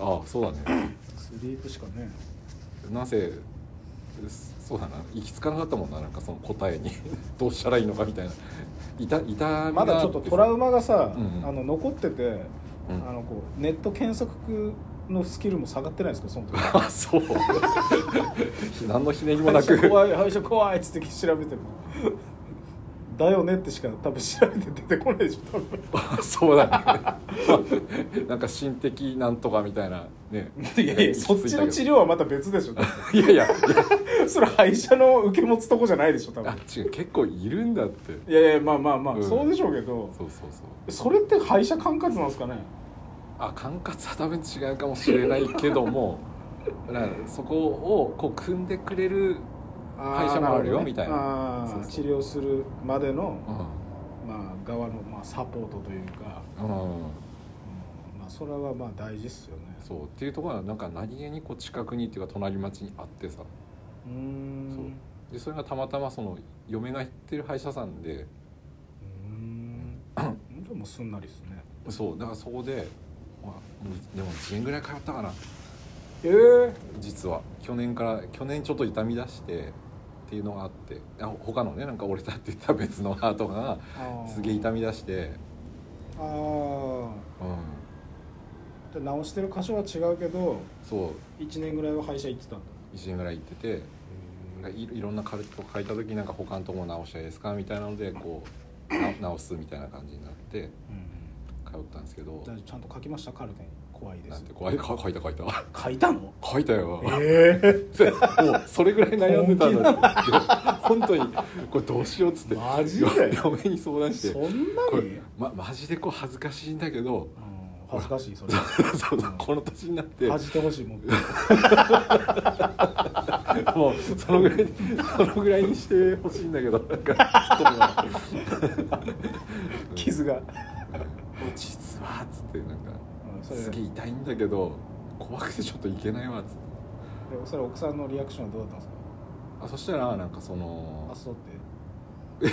[SPEAKER 1] あそうだね
[SPEAKER 2] スリープしかね
[SPEAKER 1] なぜそうだな行き着かなかったもんななんかその答えに どうしたらいいのかみたいな痛痛みが
[SPEAKER 2] まだちょっとトラウマがさ、
[SPEAKER 1] うんうん
[SPEAKER 2] あの残ってて、
[SPEAKER 1] うん
[SPEAKER 2] あのこうネット検索のスキルも下がってないですかその時
[SPEAKER 1] あそう何のひねりも
[SPEAKER 2] 歯
[SPEAKER 1] な
[SPEAKER 2] 医者
[SPEAKER 1] く
[SPEAKER 2] 怖い歯医者怖いっつって調べてもだよねってしか多分調べて出てこないでしょ多分
[SPEAKER 1] そうだね なんか心的なんとかみ たいなね
[SPEAKER 2] いやいやそっちの治療はまた別でしょ多
[SPEAKER 1] いやいやいや
[SPEAKER 2] 分それ歯医者の受け持つとこじゃないでしょ多分
[SPEAKER 1] あ違う結構いるんだって
[SPEAKER 2] いやいやまあまあまあ、
[SPEAKER 1] うん
[SPEAKER 2] そうでしょうけど
[SPEAKER 1] そうそうそう
[SPEAKER 2] それって歯医者管轄なんですかね
[SPEAKER 1] あ管轄は多分違うかもしれないけど もなそこをこう組んでくれる、
[SPEAKER 2] あー
[SPEAKER 1] 歯医者もあるよ
[SPEAKER 2] ほどね
[SPEAKER 1] みたいな
[SPEAKER 2] あー
[SPEAKER 1] そうそう
[SPEAKER 2] 治療するまでの、
[SPEAKER 1] う
[SPEAKER 2] まあ、側の、まあ、サポートというか、
[SPEAKER 1] んうん、
[SPEAKER 2] うんまあ、それはまあ大事っすよね
[SPEAKER 1] そうっていうところはなんか何気にこう近くにっていうか隣町にあってさ
[SPEAKER 2] うーん
[SPEAKER 1] そう
[SPEAKER 2] う
[SPEAKER 1] でそれがたまたまその嫁が行ってる歯医者さんで
[SPEAKER 2] ーんでもすんなりっすね
[SPEAKER 1] そうだからそこで、まあ、もうでも1年ぐらい通ったかな
[SPEAKER 2] ええ
[SPEAKER 1] 実は去年から去年ちょっと痛み出してっていうのがあってあ他のねなんか折れたって言った別の歯とかがすげえ痛み出して、
[SPEAKER 2] あー
[SPEAKER 1] うん、
[SPEAKER 2] で直してる箇所は違うけど
[SPEAKER 1] そう
[SPEAKER 2] 1年ぐらいは歯医者行ってたんだ
[SPEAKER 1] 1年ぐらい行っててなんかいいろんなカルテとか書いた時なんか他のとこも直したいですかみたいなのでこうな直すみたいな感じになって
[SPEAKER 2] うん
[SPEAKER 1] 通ったんですけど
[SPEAKER 2] 大丈夫ちゃんと書きましたカルテに怖いで
[SPEAKER 1] なん
[SPEAKER 2] す
[SPEAKER 1] て怖い か書いた書いた
[SPEAKER 2] 書いたの
[SPEAKER 1] 書 いたよ
[SPEAKER 2] ええ
[SPEAKER 1] でもうそれぐらい悩んでたんだってで本当にこれどうしようっつって
[SPEAKER 2] マジで
[SPEAKER 1] 嫁に相談して
[SPEAKER 2] そんな
[SPEAKER 1] これ
[SPEAKER 2] に、うん、
[SPEAKER 1] ま、マジでこう恥ずかしいんだけど
[SPEAKER 2] 恥ずかしいそ れ
[SPEAKER 1] そうそうこの年になって
[SPEAKER 2] 恥じてほしいもん
[SPEAKER 1] もうそのぐらいそのぐらいにしてほしいんだけどなんか
[SPEAKER 2] 傷が、
[SPEAKER 1] 「実は」っつってなんか
[SPEAKER 2] うんそれ
[SPEAKER 1] すげえ痛いんだけど怖くてちょっといけないわっつって
[SPEAKER 2] でそれ奥さんのリアクションはどうだったんですか
[SPEAKER 1] あそしたらなんかそ
[SPEAKER 2] あ
[SPEAKER 1] の
[SPEAKER 2] そうって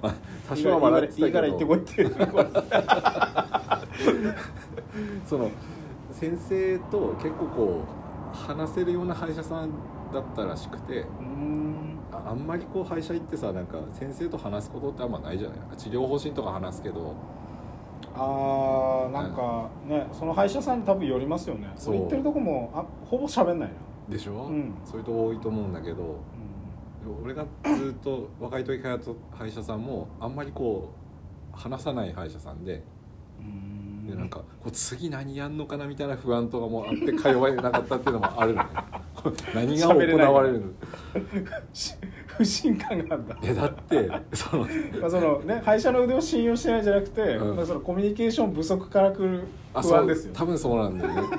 [SPEAKER 1] まあ多少は笑ってた
[SPEAKER 2] いいから
[SPEAKER 1] け
[SPEAKER 2] 行って
[SPEAKER 1] ど
[SPEAKER 2] こいって
[SPEAKER 1] その先生と結構こう話せるような歯医者さんだったらしくて
[SPEAKER 2] うん
[SPEAKER 1] ああんまりこう歯医者行ってさなんか先生と話すことってあんまないじゃない治療方針とか話すけど
[SPEAKER 2] あーなんかねその歯医者さんに多分寄りますよね
[SPEAKER 1] そう
[SPEAKER 2] 俺行ってるとこもあほぼ喋んないな、
[SPEAKER 1] でしょ、
[SPEAKER 2] うん
[SPEAKER 1] そういうとこ多いと思うんだけど俺がずっと若い時からと歯医者さんもあんまりこう話さない歯医者さんで
[SPEAKER 2] うん
[SPEAKER 1] でなんかこう次何やんのかなみたいな不安とかもあって通われなかったっていうのもあるの ねこう何が行われるの
[SPEAKER 2] し 不信感があるんだ
[SPEAKER 1] えだってその
[SPEAKER 2] まあそのね、歯医者の腕を信用してないじゃなくて、
[SPEAKER 1] うん
[SPEAKER 2] まあ、そのコミュニケーション不足からくる
[SPEAKER 1] あ
[SPEAKER 2] 不安ですよ
[SPEAKER 1] そう多分そうなんだよね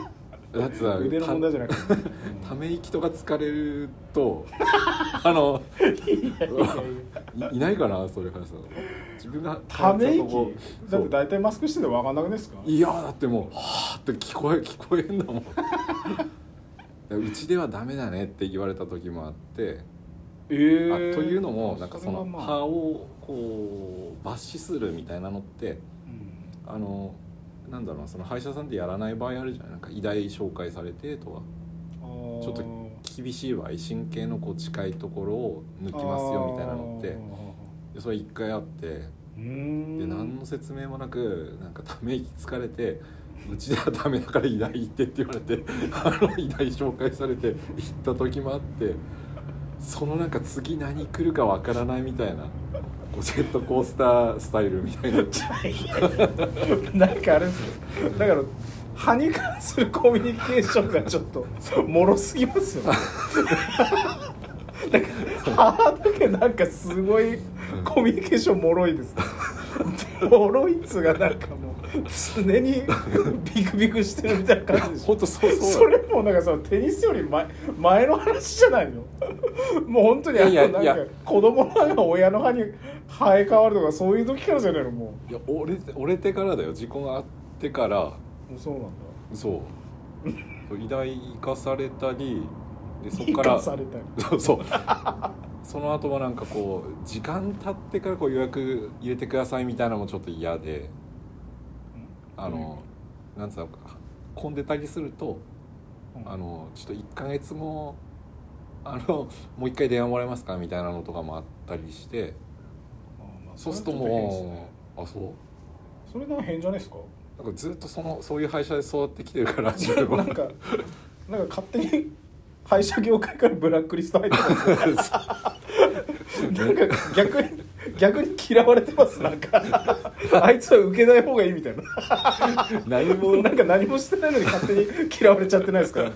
[SPEAKER 1] だってさ
[SPEAKER 2] 腕の問題じゃなくて、
[SPEAKER 1] たため息とか疲れると あのいいないかなそれからさ自分が
[SPEAKER 2] ため息
[SPEAKER 1] そう
[SPEAKER 2] だって大体マスクしてて分かんなくないですか
[SPEAKER 1] いやだってもう「はあ」って聞こえ聞こえんだ もんいやうちではダメだねって言われた時もあって、
[SPEAKER 2] え
[SPEAKER 1] あというのもなんかその
[SPEAKER 2] まあ
[SPEAKER 1] 歯をこう抜歯するみたいなのって
[SPEAKER 2] うん
[SPEAKER 1] あのなんだろうなその歯医者さんでやらない場合あるじゃないなんか医大紹介されてとか
[SPEAKER 2] あー
[SPEAKER 1] ちょっと厳しい場合神経のこう近いところを抜きますよみたいなのって
[SPEAKER 2] あ
[SPEAKER 1] でそれ一回あって
[SPEAKER 2] ーうーん
[SPEAKER 1] で何の説明もなくなんかため息疲れて「うちではダメだから医大行って」って言われてあの医大紹介されて行った時もあってそのなんか次何来るかわからないみたいなこうジェットコースタースタイルみたいな
[SPEAKER 2] なんかあれですよだから歯に関するコミュニケーションがちょっともろすぎますよねなんか歯だけなんかすごいコミュニケーションもろいですねもろいっつうがなんかもう常にビクビクしてるみたいな感じでしょ
[SPEAKER 1] ほんとそうそう
[SPEAKER 2] それもなんかそのテニスより前前の話じゃないのもう本当にあの
[SPEAKER 1] いやい
[SPEAKER 2] な
[SPEAKER 1] や
[SPEAKER 2] ん
[SPEAKER 1] いや
[SPEAKER 2] か子供の歯が親の歯に生え変わるとかそういう時からじゃないのも
[SPEAKER 1] いや折れて折れてからだよ事故があってから
[SPEAKER 2] うもうそうなんだ
[SPEAKER 1] そう そう医大行かされたりでそっ
[SPEAKER 2] 生
[SPEAKER 1] か
[SPEAKER 2] からされたり
[SPEAKER 1] そうそう その後もなんかこう時間経ってからこう予約入れてくださいみたいなのもちょっと嫌であの、なんつうのか混んでたりすると
[SPEAKER 2] うん
[SPEAKER 1] あのちょっと1ヶ月後あのもう一回電話もらえますかみたいなのとかもあったりして
[SPEAKER 2] あまあ
[SPEAKER 1] そうすると
[SPEAKER 2] れはちょっ変です
[SPEAKER 1] も
[SPEAKER 2] ね
[SPEAKER 1] うあそう
[SPEAKER 2] それなんか変じゃないですか
[SPEAKER 1] なんかずっとそのそういう会社で育ってきてるから自分
[SPEAKER 2] な
[SPEAKER 1] は
[SPEAKER 2] んかなんか勝手に歯医 者業界からブラックリスト入ってますなんか逆に逆に嫌われてますなんかあいつは受けない方がいいみたいな
[SPEAKER 1] 何
[SPEAKER 2] もう
[SPEAKER 1] も
[SPEAKER 2] なんか何もしてないのに勝手に嫌われちゃってないですから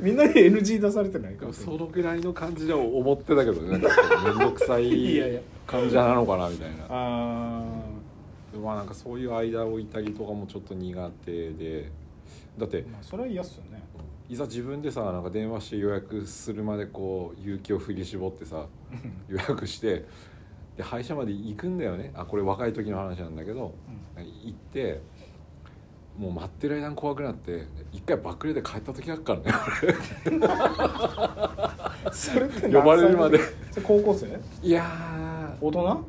[SPEAKER 2] みんなに NG 出されてないか
[SPEAKER 1] そのぐらいの感じで思ってたけどねなんか面倒くさ
[SPEAKER 2] いやいや
[SPEAKER 1] い感じなのかなみたいな
[SPEAKER 2] あ
[SPEAKER 1] まあなんかそういう間を置いたりとかもちょっと苦手でだって
[SPEAKER 2] ー、まあそれは嫌っすよね
[SPEAKER 1] いざ自分でさなんか電話して予約するまでこう勇気を振り絞ってさ予約してで歯医者まで行くんだよねあこれ若い時の話なんだけど、行ってもう待ってる間に怖くなって一回バックレで帰った時あっからね
[SPEAKER 2] それって 何歳
[SPEAKER 1] 呼ばれるまで
[SPEAKER 2] それ高校生
[SPEAKER 1] いやー
[SPEAKER 2] 大人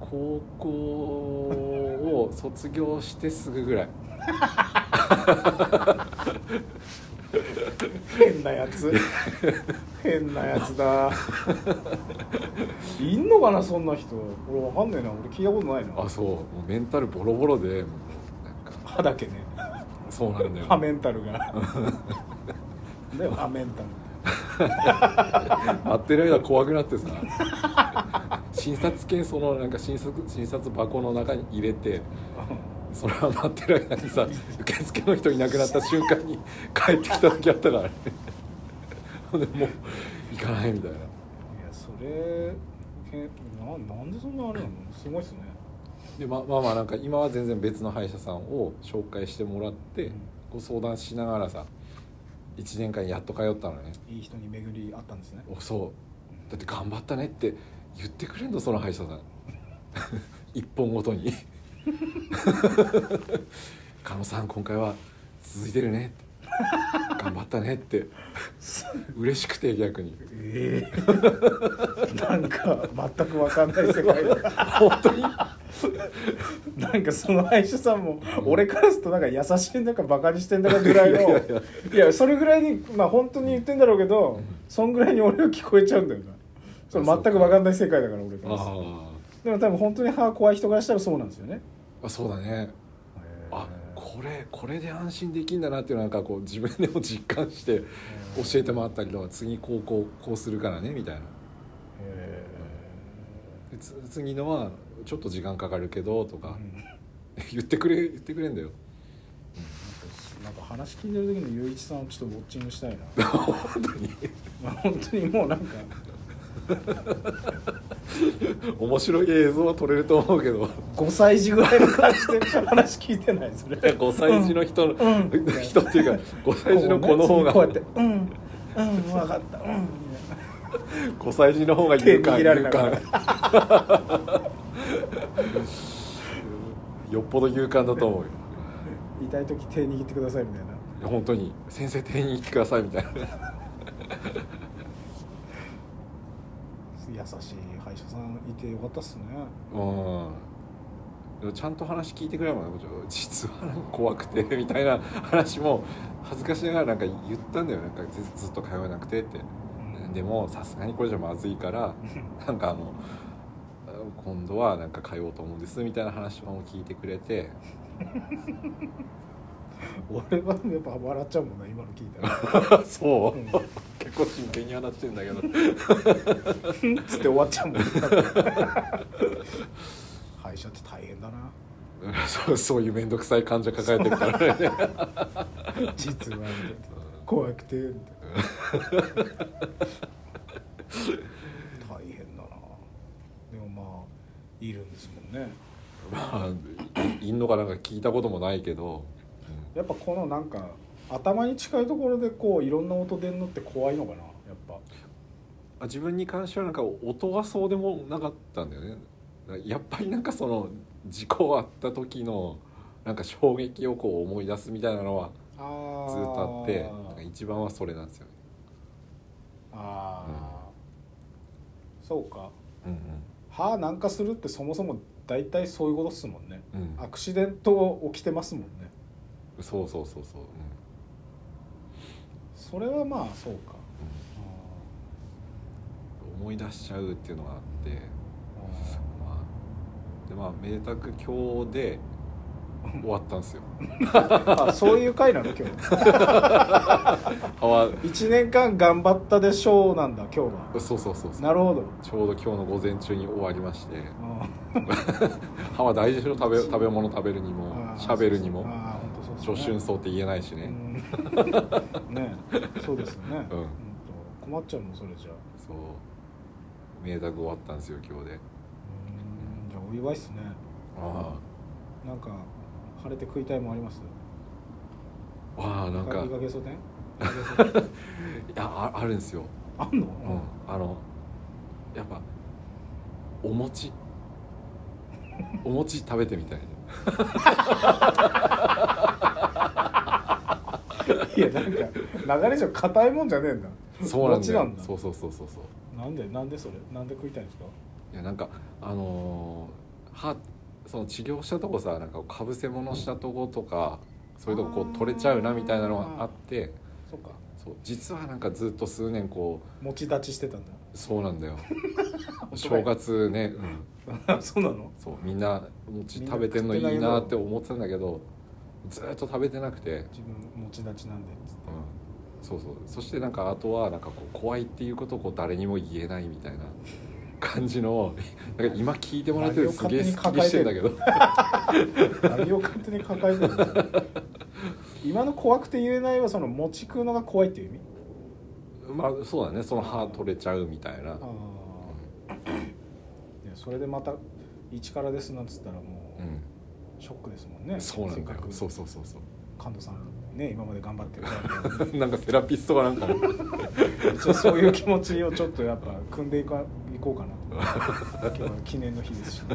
[SPEAKER 1] 高校を卒業してすぐぐらい
[SPEAKER 2] 変なやつ変なやつだいんのかなそんな人俺わかんねえな俺聞いたことない
[SPEAKER 1] あ
[SPEAKER 2] な
[SPEAKER 1] そうもうメンタルボロボロでもうなんか
[SPEAKER 2] 歯だけね
[SPEAKER 1] そうなんだよ
[SPEAKER 2] 歯メンタ ルがだよ歯メンタル
[SPEAKER 1] 待ってる間怖くなってさ診察券そのなんか診察診察箱の中に入れてそれは待ってる間にさ受付の人いなくなった瞬間に帰ってきた時あったからねほんでもう行かないみたいない
[SPEAKER 2] やそれけななんでそんなあれなのすごいっすね
[SPEAKER 1] でままあまあなんか今は全然別の歯医者さんを紹介してもらってご相談しながらさ1年間やっと通ったのね
[SPEAKER 2] いい人に巡り合ったんですね
[SPEAKER 1] おそうだって頑張ったねって言ってくれんのその歯医者さん 一本ごとに 「狩野さん今回は続いてるね」頑張ったね」って嬉しくて逆に
[SPEAKER 2] ええ なんか全くわかんない世界だ
[SPEAKER 1] 本当に
[SPEAKER 2] なんかその歯医者さんも俺からするとなんか優しいんだかバカにしてんだかぐらいのい
[SPEAKER 1] い
[SPEAKER 2] や
[SPEAKER 1] やいやい
[SPEAKER 2] それぐらいにまあ本当に言ってんだろうけどそんぐらいに俺は聞こえちゃうんだよなそれ全くわかんない世界だから俺からすると
[SPEAKER 1] あ
[SPEAKER 2] でも多分本当に歯怖い人からしたらそうなんですよね
[SPEAKER 1] あそうだねあこれこれで安心できんだなっていうのはなんかこう自分でも実感 して教えてもらったりとか次こうこうこうするからねみたいな
[SPEAKER 2] へ
[SPEAKER 1] でつ次のはちょっと時間かかるけどと
[SPEAKER 2] え
[SPEAKER 1] か
[SPEAKER 2] う、ん
[SPEAKER 1] 言ってくれ言ってくれんだよ
[SPEAKER 2] なんか話聞いてる時の雄一さんをちょっとウォッチングしたいな
[SPEAKER 1] 本当に
[SPEAKER 2] まあ本当にもうなんか
[SPEAKER 1] 面白い映像は撮れると思うけ ど
[SPEAKER 2] 5歳児ぐらいの感じで話聞いてないそれ
[SPEAKER 1] 5歳児の人の、
[SPEAKER 2] うんうん
[SPEAKER 1] 人って いうか5歳児の子の方が
[SPEAKER 2] こ う,、ね、次こうやってうんうん分かったうん
[SPEAKER 1] 5歳児の方が
[SPEAKER 2] 手
[SPEAKER 1] 勇敢
[SPEAKER 2] 握られ
[SPEAKER 1] 勇
[SPEAKER 2] ながら
[SPEAKER 1] 敢 よっぽど勇敢だと思うよ
[SPEAKER 2] 痛い時手握ってくださいみたいない
[SPEAKER 1] や本当に先生店に行ってくださいみたいな
[SPEAKER 2] 優しい歯医者さんいてよかったっすね
[SPEAKER 1] うんでもちゃんと話聞いてくれればねちょ実はなんか怖くてみたいな話も恥ずかしながらなんか言ったんだよなんかずずっと通えなくてって
[SPEAKER 2] うん
[SPEAKER 1] でもさすがにこれじゃまずいからなんかあの今度はなんか通おうと思うんですみたいな話とかも聞いてくれて
[SPEAKER 2] 俺はやっぱ笑っちゃうもんな今の聞いたら
[SPEAKER 1] そう
[SPEAKER 2] うん
[SPEAKER 1] 結構真剣に話してんだけど
[SPEAKER 2] つって終わっちゃうもん歯医者って大変だな
[SPEAKER 1] そうそういう面倒くさい患者抱えてるからね
[SPEAKER 2] 実はみたいな怖くてみたいな大変だなでもまあいるんですもんね
[SPEAKER 1] まあいいんのかなんか聞いたこともないけど、
[SPEAKER 2] やっぱこのなんか頭に近いところでこういろんな音出んのって怖いのかなやっぱ
[SPEAKER 1] あ自分に関してはなんか音はそうでもなかったんだよねやっぱりなんかその事故あった時のなんか衝撃をこう思い出すみたいなのは
[SPEAKER 2] あー
[SPEAKER 1] ずっとあってなんか一番はそれなんですよね、
[SPEAKER 2] ああ、そうか
[SPEAKER 1] うん
[SPEAKER 2] 歯軟化するってそもそも大体そういうことっすもんね
[SPEAKER 1] うんうん
[SPEAKER 2] アクシデント起きてますもんね
[SPEAKER 1] そうそうそうそう、
[SPEAKER 2] それはまあそう
[SPEAKER 1] う
[SPEAKER 2] かあ
[SPEAKER 1] ん思い出しちゃうっていうのがあって、
[SPEAKER 2] ーあー
[SPEAKER 1] まあ、でまあ明卓教で終わったんですよ
[SPEAKER 2] あそういう回なの今 日
[SPEAKER 1] あわ
[SPEAKER 2] 1年間頑張ったでしょうなんだ今日は
[SPEAKER 1] そうそうそうそう
[SPEAKER 2] なるほど
[SPEAKER 1] ちょうど今日の午前中に終わりまして
[SPEAKER 2] うん
[SPEAKER 1] 歯は大事でしょ食べ食べ物食べるにも
[SPEAKER 2] あー
[SPEAKER 1] 喋るにも
[SPEAKER 2] あー本当そ
[SPEAKER 1] 初
[SPEAKER 2] うですね
[SPEAKER 1] 春草って言えないしね、
[SPEAKER 2] うんねそうですよね、うん
[SPEAKER 1] うん
[SPEAKER 2] と、困っちゃうもんそれじゃあ
[SPEAKER 1] そう明卓終わったんですよ今日で
[SPEAKER 2] うんじゃあお祝いっすね
[SPEAKER 1] あ
[SPEAKER 2] なんか晴れて食いたいもんあります
[SPEAKER 1] あわあなんか
[SPEAKER 2] いか
[SPEAKER 1] い
[SPEAKER 2] げそ 天いかげそ天
[SPEAKER 1] やああるんですよ、
[SPEAKER 2] あんの、
[SPEAKER 1] うん、あのやっぱお 餅お餅食べてみたい
[SPEAKER 2] いやなんか流れ上硬いもんじゃねえんだ
[SPEAKER 1] そうなんだよ
[SPEAKER 2] 餅なんだ
[SPEAKER 1] そうそうそうそうそう
[SPEAKER 2] なんでなんでそれなんで食いたいんですか
[SPEAKER 1] いやなんかあのー歯その治療したとこさなんかかぶせ物したとことかそういうとここう取れちゃうなみたいなのがあって
[SPEAKER 2] そっか
[SPEAKER 1] そう実はなんかずっと数年こ
[SPEAKER 2] 持ち立ちしてたん
[SPEAKER 1] うそうなんだ よ
[SPEAKER 2] だ
[SPEAKER 1] 正月ね、うん、
[SPEAKER 2] 月 そうなの
[SPEAKER 1] そうみんな餅食べてんのいいなって思ってたんだけどずーっと食べてなくて、うん、
[SPEAKER 2] 自分持ち立ちなんでっつって
[SPEAKER 1] そうそうそしてなんかあとはなんかこう怖いっていうことをこう誰にも言えないみた いな感じのなんか今聞いてもらってるすげえすっきりしてんだけど
[SPEAKER 2] 何を勝手に抱えてるの今の怖くて言えないはその持ち食うのが怖いっていう意味
[SPEAKER 1] まあそうだねその歯取れちゃうみたいな
[SPEAKER 2] ああいやそれでまた一からですなんつったらも
[SPEAKER 1] うん
[SPEAKER 2] うショックですもんね
[SPEAKER 1] そうなんだ
[SPEAKER 2] せっ
[SPEAKER 1] よ
[SPEAKER 2] かく
[SPEAKER 1] そうそうそう そう
[SPEAKER 2] 神田さんね今まで頑張ってるか ら
[SPEAKER 1] なんかセラピストがなんかね
[SPEAKER 2] 一応そういう気持ちをちょっとやっぱ組んでいかいこうか なと今日は記念の日ですし、ね、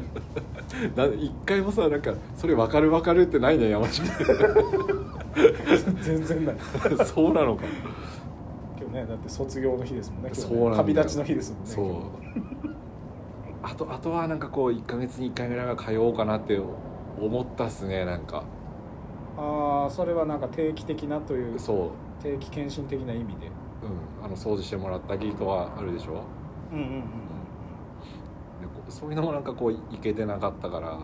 [SPEAKER 1] な一回もさなんかそれ分かる分かるってないね 山下
[SPEAKER 2] 全然ない
[SPEAKER 1] そうなのか
[SPEAKER 2] 今日ねだって卒業の日ですもんね今日 ね
[SPEAKER 1] そうなんだよ
[SPEAKER 2] 旅立ちの日ですもんね
[SPEAKER 1] そうあとあとはなんかこう1ヶ月に1回ぐらいは通おうかなって思ったっすねなんか
[SPEAKER 2] ああそれはなんか定期的なという
[SPEAKER 1] そ
[SPEAKER 2] 定期検診的な意味で
[SPEAKER 1] ううんあの掃除してもらったりとはあるでしょ
[SPEAKER 2] うんうんうん
[SPEAKER 1] でこうそういうのもなんかこういけてなかったからあの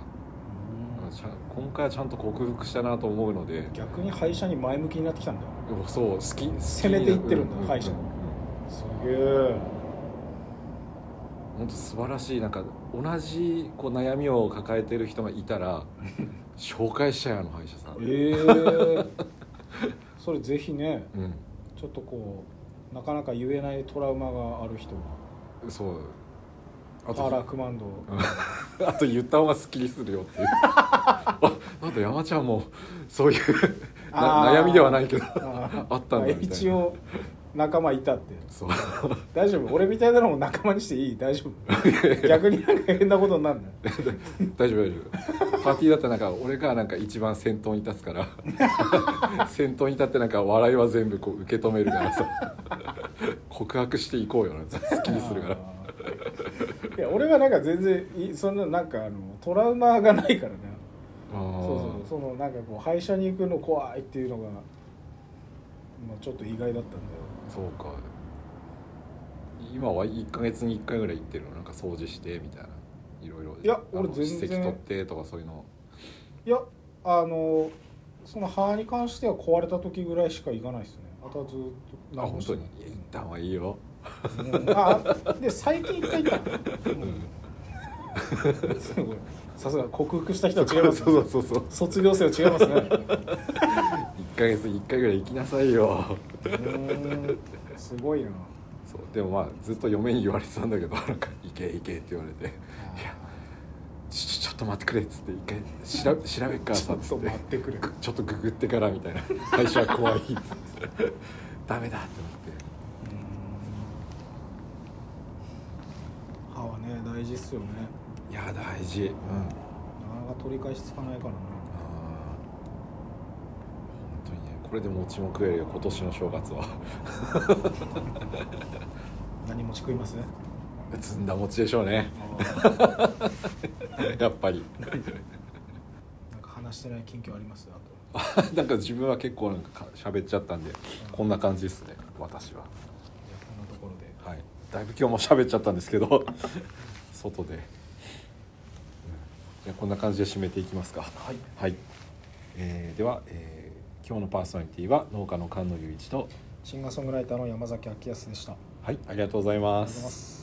[SPEAKER 1] ちゃん今回はちゃんと克服したなと思うので
[SPEAKER 2] 逆に歯医者に前向きになってきたんだよ
[SPEAKER 1] でもそう好き
[SPEAKER 2] 攻めていってるんだ歯医者
[SPEAKER 1] に
[SPEAKER 2] に
[SPEAKER 1] う
[SPEAKER 2] すげえ
[SPEAKER 1] 本当素晴らしいなんか同じこう悩みを抱えてる人がいた ら紹介したいあの歯医者さん、
[SPEAKER 2] ええそれぜひね
[SPEAKER 1] うん
[SPEAKER 2] ちょっとこうなかなか言えないトラウマがある人が
[SPEAKER 1] そう
[SPEAKER 2] パーラークマンド
[SPEAKER 1] あと言った方がすっきりするよ っていうあなんと山ちゃんもそういうな
[SPEAKER 2] あー
[SPEAKER 1] 悩みでは ないけど
[SPEAKER 2] あ
[SPEAKER 1] あったんだみたいな
[SPEAKER 2] 一応仲間いたって
[SPEAKER 1] そう
[SPEAKER 2] 大丈夫俺みたいなのも仲間にしていい大丈 夫逆になんか変なことになんない
[SPEAKER 1] 大丈夫大丈夫パーティーだったらなんか俺がなんか一番先頭に立つから 先頭に立ってなんか笑いは全部こう受け止めるからさ告白していこうよなんてすっきりするから
[SPEAKER 2] いや俺はなんか全然いそんななんかあのトラウマがないからね
[SPEAKER 1] あ
[SPEAKER 2] そう
[SPEAKER 1] ー
[SPEAKER 2] そうそのなんかこう歯医者に行くの怖いっていうのが、まあ、ちょっと意外だったんだよ
[SPEAKER 1] そうか今は1か月に1回ぐらい行ってるのなんか掃除してみたいないろいろ
[SPEAKER 2] いや
[SPEAKER 1] あの
[SPEAKER 2] 俺全然
[SPEAKER 1] 歯石取ってとかそういうの
[SPEAKER 2] いやあのその歯に関しては壊れた時ぐらいしか行かないですねあとはずっと
[SPEAKER 1] あ本当にい
[SPEAKER 2] い
[SPEAKER 1] や行った方がいいよ
[SPEAKER 2] うんあで最近一回行ったのうんすごいさすが克服した人は違います、ね、
[SPEAKER 1] そうそうそうそう
[SPEAKER 2] 卒業生は違いますね
[SPEAKER 1] 1か月に1回ぐらい行きなさいよ
[SPEAKER 2] うーんすごいな
[SPEAKER 1] そうでもまあずっと嫁に言われてたんだけど なんか「行け行け」って言われて「いやちょちょっと待ってくれ」っつって一回し ら調べっから
[SPEAKER 2] ち
[SPEAKER 1] さ
[SPEAKER 2] ょ
[SPEAKER 1] っ
[SPEAKER 2] っ
[SPEAKER 1] つ
[SPEAKER 2] と
[SPEAKER 1] って
[SPEAKER 2] 待ってくれ
[SPEAKER 1] ちょっとググってからみたいな会社は怖いっつってダメだって思って
[SPEAKER 2] 歯はね大事っすよね
[SPEAKER 1] いや大事うん
[SPEAKER 2] なかなか取り返しつかないからな
[SPEAKER 1] あー本当にねこれで餅も食えるよ今年の正月は
[SPEAKER 2] 何もち食い ますね
[SPEAKER 1] ずんだ餅でしょうねやっぱり
[SPEAKER 2] なんか話してない近況ありますあと
[SPEAKER 1] なんか自分は結構なんかか喋っちゃったんでこんな感じですね私は
[SPEAKER 2] じゃあこんなところ
[SPEAKER 1] は
[SPEAKER 2] で
[SPEAKER 1] いだいぶ今日も喋っちゃったんですけど 外で、うんじゃあこんな感じで締めていきますか
[SPEAKER 2] はい
[SPEAKER 1] はいえーでは、えー今日のパーソナリティは農家の菅野雄一と
[SPEAKER 2] シンガーソングライターの山崎明康でしたありがとう
[SPEAKER 1] はいありがとうござい
[SPEAKER 2] ございます